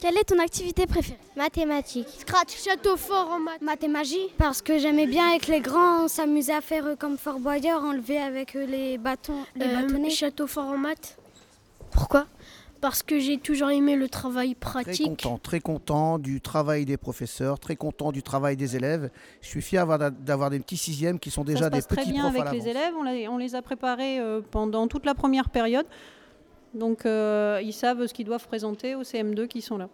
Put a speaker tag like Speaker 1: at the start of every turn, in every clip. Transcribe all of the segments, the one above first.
Speaker 1: Quelle est ton activité préférée
Speaker 2: Mathématiques.
Speaker 3: Scratch, château fort en maths.
Speaker 2: Mathémagie Parce que j'aimais bien avec les grands, on s'amusait à faire euh, comme Fort Boyard, enlever avec euh, les bâtons, les
Speaker 3: Euh,
Speaker 2: bâtonnets.
Speaker 3: château fort en maths. Pourquoi Parce que j'ai toujours aimé le travail
Speaker 4: Très
Speaker 3: pratique.
Speaker 4: content, très content du travail des professeurs, très content du travail des élèves. Je suis fier d'avoir- d'avoir des petits sixièmes qui sont déjà
Speaker 5: ça se passe
Speaker 4: des petits
Speaker 5: très bien
Speaker 4: profs à
Speaker 5: avec les
Speaker 4: l'avance.
Speaker 5: élèves. On, l'a- on les a préparés euh, pendant toute la première période. Donc, euh, ils savent ce qu'ils doivent présenter aux CM2 qui sont là.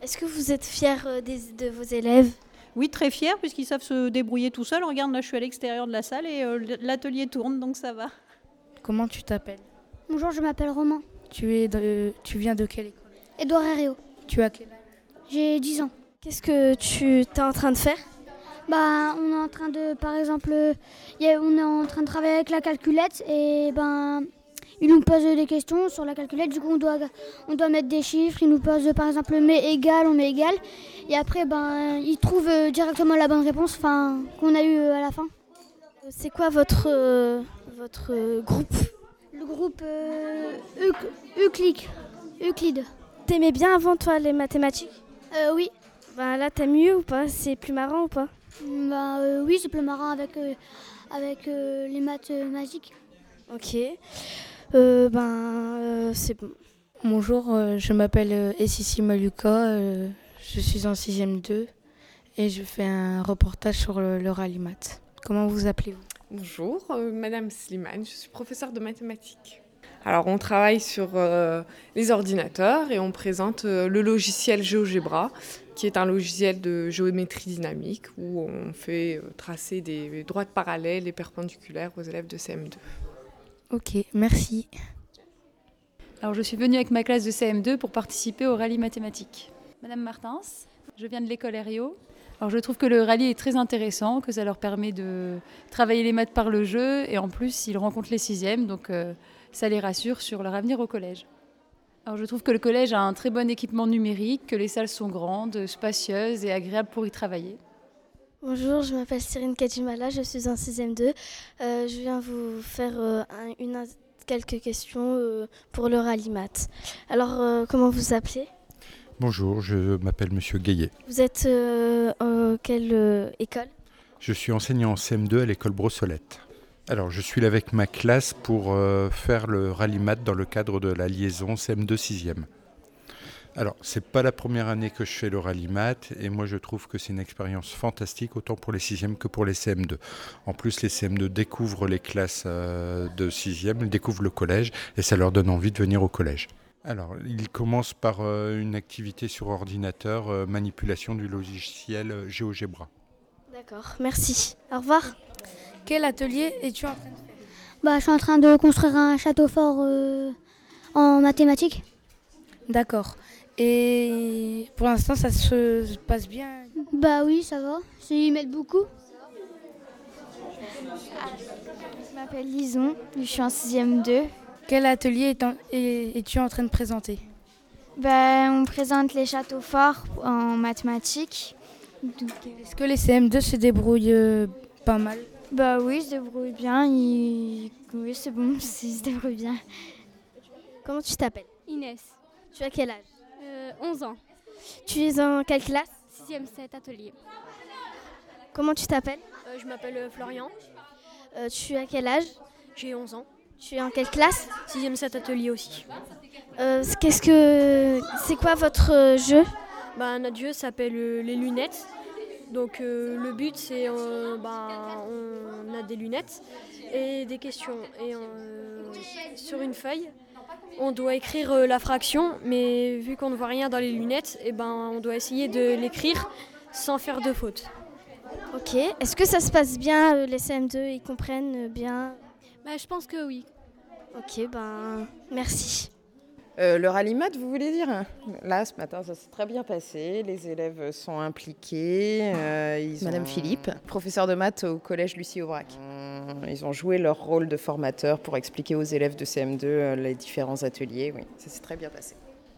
Speaker 1: Est-ce que vous êtes fiers euh, des- de vos élèves
Speaker 5: Oui, très fiers, puisqu'ils savent se débrouiller tout seuls. Regarde, là, je suis à l'extérieur de la salle et euh, l'atelier tourne, donc ça va.
Speaker 6: Comment tu t'appelles
Speaker 2: Bonjour, je m'appelle Romain.
Speaker 6: tu, es de- tu viens de quelle école
Speaker 2: Edouard Herriot.
Speaker 6: Tu as quel âge
Speaker 2: J'ai 10 ans.
Speaker 1: Qu'est-ce que tu t'es en train de faire
Speaker 2: Bah, on est en train de, par exemple, euh, y a- on est en train de travailler avec la calculette et ben, ils nous posent des questions sur la calculette. Du coup, on doit, on doit mettre des chiffres. Ils nous posent, par exemple, mais égal, on met égal. Et après, ben, ils trouvent euh, directement la bonne réponse, enfin, qu'on a eu euh, à la fin.
Speaker 1: Euh, C'est quoi votre, euh, votre euh, groupe
Speaker 2: Le groupe euh, Euc- Euclide. Euclide.
Speaker 1: T'aimais bien avant toi les mathématiques
Speaker 2: Euh, oui.
Speaker 1: Bah là t'aimes mieux ou pas C'est plus marrant ou pas
Speaker 2: Bah, euh, oui, c'est plus marrant avec, euh, avec euh, les maths euh, magiques.
Speaker 1: Ok. Euh, ben euh, c'est bon.
Speaker 6: Bonjour, euh, je m'appelle euh, Essissi Maluka, euh, je suis en 6ème 2 et je fais un reportage sur le, le rallye maths. Comment vous appelez-vous
Speaker 7: Bonjour, euh, Madame Slimane, je suis professeure de mathématiques. Alors, on travaille sur euh, les ordinateurs et on présente euh, le logiciel GeoGebra, qui est un logiciel de géométrie dynamique où on fait euh, tracer des droites parallèles et perpendiculaires aux élèves de CM2.
Speaker 6: Ok, merci.
Speaker 8: Alors, je suis venue avec ma classe de CM2 pour participer au rallye mathématique. Madame Martins, je viens de l'école Herriot. Alors, je trouve que le rallye est très intéressant, que ça leur permet de travailler les maths par le jeu et en plus, ils rencontrent les sixièmes, donc euh, ça les rassure sur leur avenir au collège. Alors, je trouve que le collège a un très bon équipement numérique, que les salles sont grandes, spacieuses et agréables pour y travailler.
Speaker 1: Bonjour, je m'appelle Cyrine Kajimala, je suis en 6ème 2. Euh, je viens vous faire euh, un- une, in- quelques questions euh, pour le rallye maths. Alors, euh, comment vous appelez
Speaker 9: Bonjour, je m'appelle Monsieur Gaillet.
Speaker 1: Vous êtes euh, en quelle euh, école
Speaker 9: Je suis enseignant en CM2 à l'école Brossolette. Alors, je suis là avec ma classe pour euh, faire le rallye maths dans le cadre de la liaison CM2 6e. Alors, c'est pas la première année que je fais le rallye maths et moi je trouve que c'est une expérience fantastique autant pour les 6e que pour les CM2. En plus, les CM2 découvrent les classes euh, de 6e, ils découvrent le collège et ça leur donne envie de venir au collège. Alors, ils commencent par euh, une activité sur ordinateur, euh, manipulation du logiciel euh, GeoGebra.
Speaker 1: D'accord, merci. Au revoir.
Speaker 6: Quel atelier es-tu en train de faire
Speaker 2: Bah, je suis en train de construire un château fort euh, en mathématiques.
Speaker 6: D'accord. Et pour l'instant, ça se passe bien
Speaker 2: Bah oui, ça va. C'est- Ils mettent beaucoup.
Speaker 10: Je m'appelle Lison, je suis en 6ème 2.
Speaker 6: Quel atelier est en- est- es-tu en train de présenter
Speaker 10: Ben, on présente les châteaux forts en mathématiques. Donc, euh,
Speaker 6: Est-ce que les CM2 se débrouillent euh, pas mal
Speaker 10: bah oui, je débrouille bien. ils- Oui, c'est bon, ils se débrouillent bien.
Speaker 1: Comment tu t'appelles
Speaker 10: Inès,
Speaker 1: Tu as quel âge
Speaker 10: 11 ans,
Speaker 1: Tu es en quelle classe
Speaker 10: 6ème 7 atelier.
Speaker 1: Comment tu t'appelles
Speaker 3: je m'appelle euh, Florian,
Speaker 1: Euh, Tu as quel âge
Speaker 3: j'ai 11 ans.
Speaker 1: Tu es en quelle classe
Speaker 3: 6ème 7 atelier aussi.
Speaker 1: Euh, Qu'est-ce que c'est quoi votre euh, jeu
Speaker 3: Bah, notre jeu s'appelle euh, les lunettes. Donc euh, le but c'est euh, bah, on a des lunettes et des questions et euh, sur une feuille on doit écrire euh, la fraction mais vu qu'on ne voit rien dans les lunettes et ben on doit essayer de l'écrire sans faire de faute.
Speaker 1: Ok. Est-ce que ça se passe bien euh, les CM2 Ils comprennent euh, bien
Speaker 3: Bah, je pense que oui.
Speaker 1: Ok, ben merci.
Speaker 11: Euh, le rallimat, vous voulez dire Là, ce matin, ça s'est très bien passé. Les élèves sont impliqués. euh, ils Madame Philippe, professeur de maths au collège Lucie Aubrac. Mmh, Ils ont joué leur rôle de formateur pour expliquer aux élèves de CM2 euh, les différents ateliers. Oui, ça s'est très bien passé.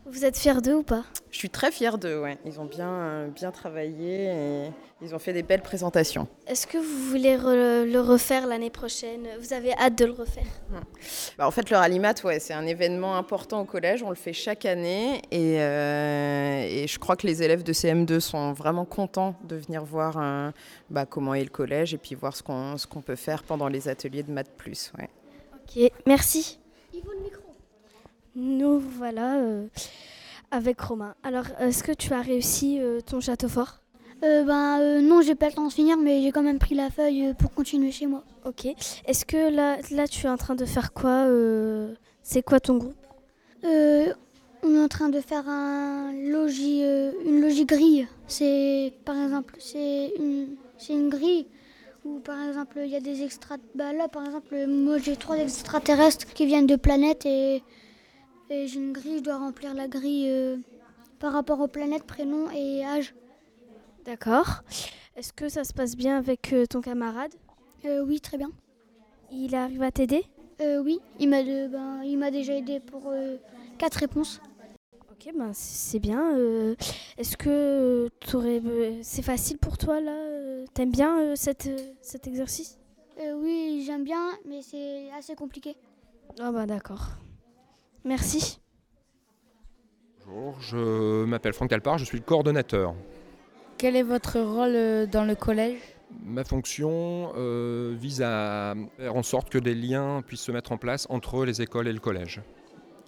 Speaker 1: Vous êtes fiers d'eux ou pas
Speaker 11: Je suis très fière d'eux, ouais. Ils ont bien, euh, bien travaillé et ils ont fait des belles présentations.
Speaker 1: Est-ce que vous voulez re- le refaire l'année prochaine Vous avez hâte de le refaire
Speaker 11: Bah, en fait, le Rallymat, ouais, c'est un événement important au collège. On le fait chaque année. Et, euh, et je crois que les élèves de CM2 sont vraiment contents de venir voir euh, bah, comment est le collège et puis voir ce qu'on ce qu'on peut faire pendant les ateliers de maths plus. Ouais.
Speaker 1: Ok, merci. Nous voilà euh, avec Romain. Alors, est-ce que tu as réussi euh, ton château fort
Speaker 2: Euh, ben euh, non, j'ai pas le temps de finir, mais j'ai quand même pris la feuille euh, pour continuer chez moi.
Speaker 1: Ok. Est-ce que là, là, tu es en train de faire quoi euh, C'est quoi ton groupe
Speaker 2: Euh, on est en train de faire un logis, euh, une logis grille. C'est par exemple, c'est une, c'est une grille où par exemple il y a des extra. Bah là par exemple, moi j'ai trois extraterrestres qui viennent de planètes et, et j'ai une grille. Je dois remplir la grille euh, par rapport aux planètes, prénom et âge.
Speaker 1: D'accord. Est-ce que ça se passe bien avec euh, ton camarade
Speaker 2: Euh, Oui, très bien.
Speaker 1: Il arrive à t'aider
Speaker 2: Euh, oui, il m'a de- ben, il m'a déjà aidé pour euh, quatre réponses.
Speaker 1: Ok, ben c- c'est bien. euh, Est-ce que t'aurais, euh, c'est facile pour toi là euh, T'aimes bien euh, cette, euh, cet exercice
Speaker 2: Euh, oui, j'aime bien, mais c'est assez compliqué.
Speaker 1: Ah bah d'accord. Merci.
Speaker 12: Bonjour, je m'appelle Franck Alpard, je suis le coordonnateur.
Speaker 6: Quel est votre rôle euh, dans le collège
Speaker 12: Ma fonction euh, vise à faire en sorte que des liens puissent se mettre en place entre les écoles et le collège,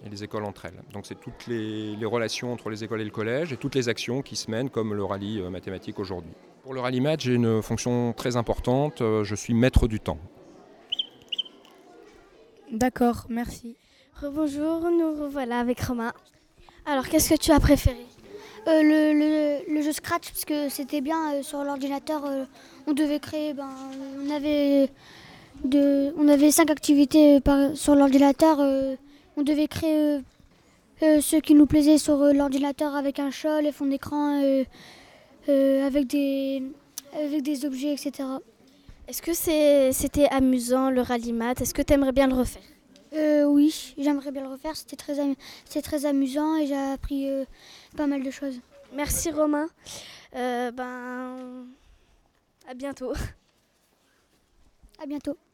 Speaker 12: et les écoles entre elles. Donc c'est toutes les, les relations entre les écoles et le collège et toutes les actions qui se mènent comme le rallye euh, mathématique aujourd'hui. Pour le rallye maths, j'ai une fonction très importante, euh, je suis maître du temps.
Speaker 1: D'accord, merci. Rebonjour, nous revoilà avec Romain. Alors, qu'est-ce que tu as préféré
Speaker 2: Euh, le, le- le jeu Scratch, parce que c'était bien euh, sur l'ordinateur. euh, on devait créer, ben, on avait de, on avait cinq activités euh, par- sur l'ordinateur. euh, on devait créer euh, euh, ce qui nous plaisait sur euh, l'ordinateur avec un chat, les fonds d'écran, euh, euh, avec des avec des objets, etc.
Speaker 1: Est-ce que c'est- c'était amusant le rallye maths Est-ce que tu aimerais bien le refaire
Speaker 2: Euh, oui, j'aimerais bien le refaire. C'était très, amu- c'était très amusant et j'ai appris euh, pas mal de choses.
Speaker 1: Merci Romain. Euh, ben, à bientôt.
Speaker 2: À bientôt.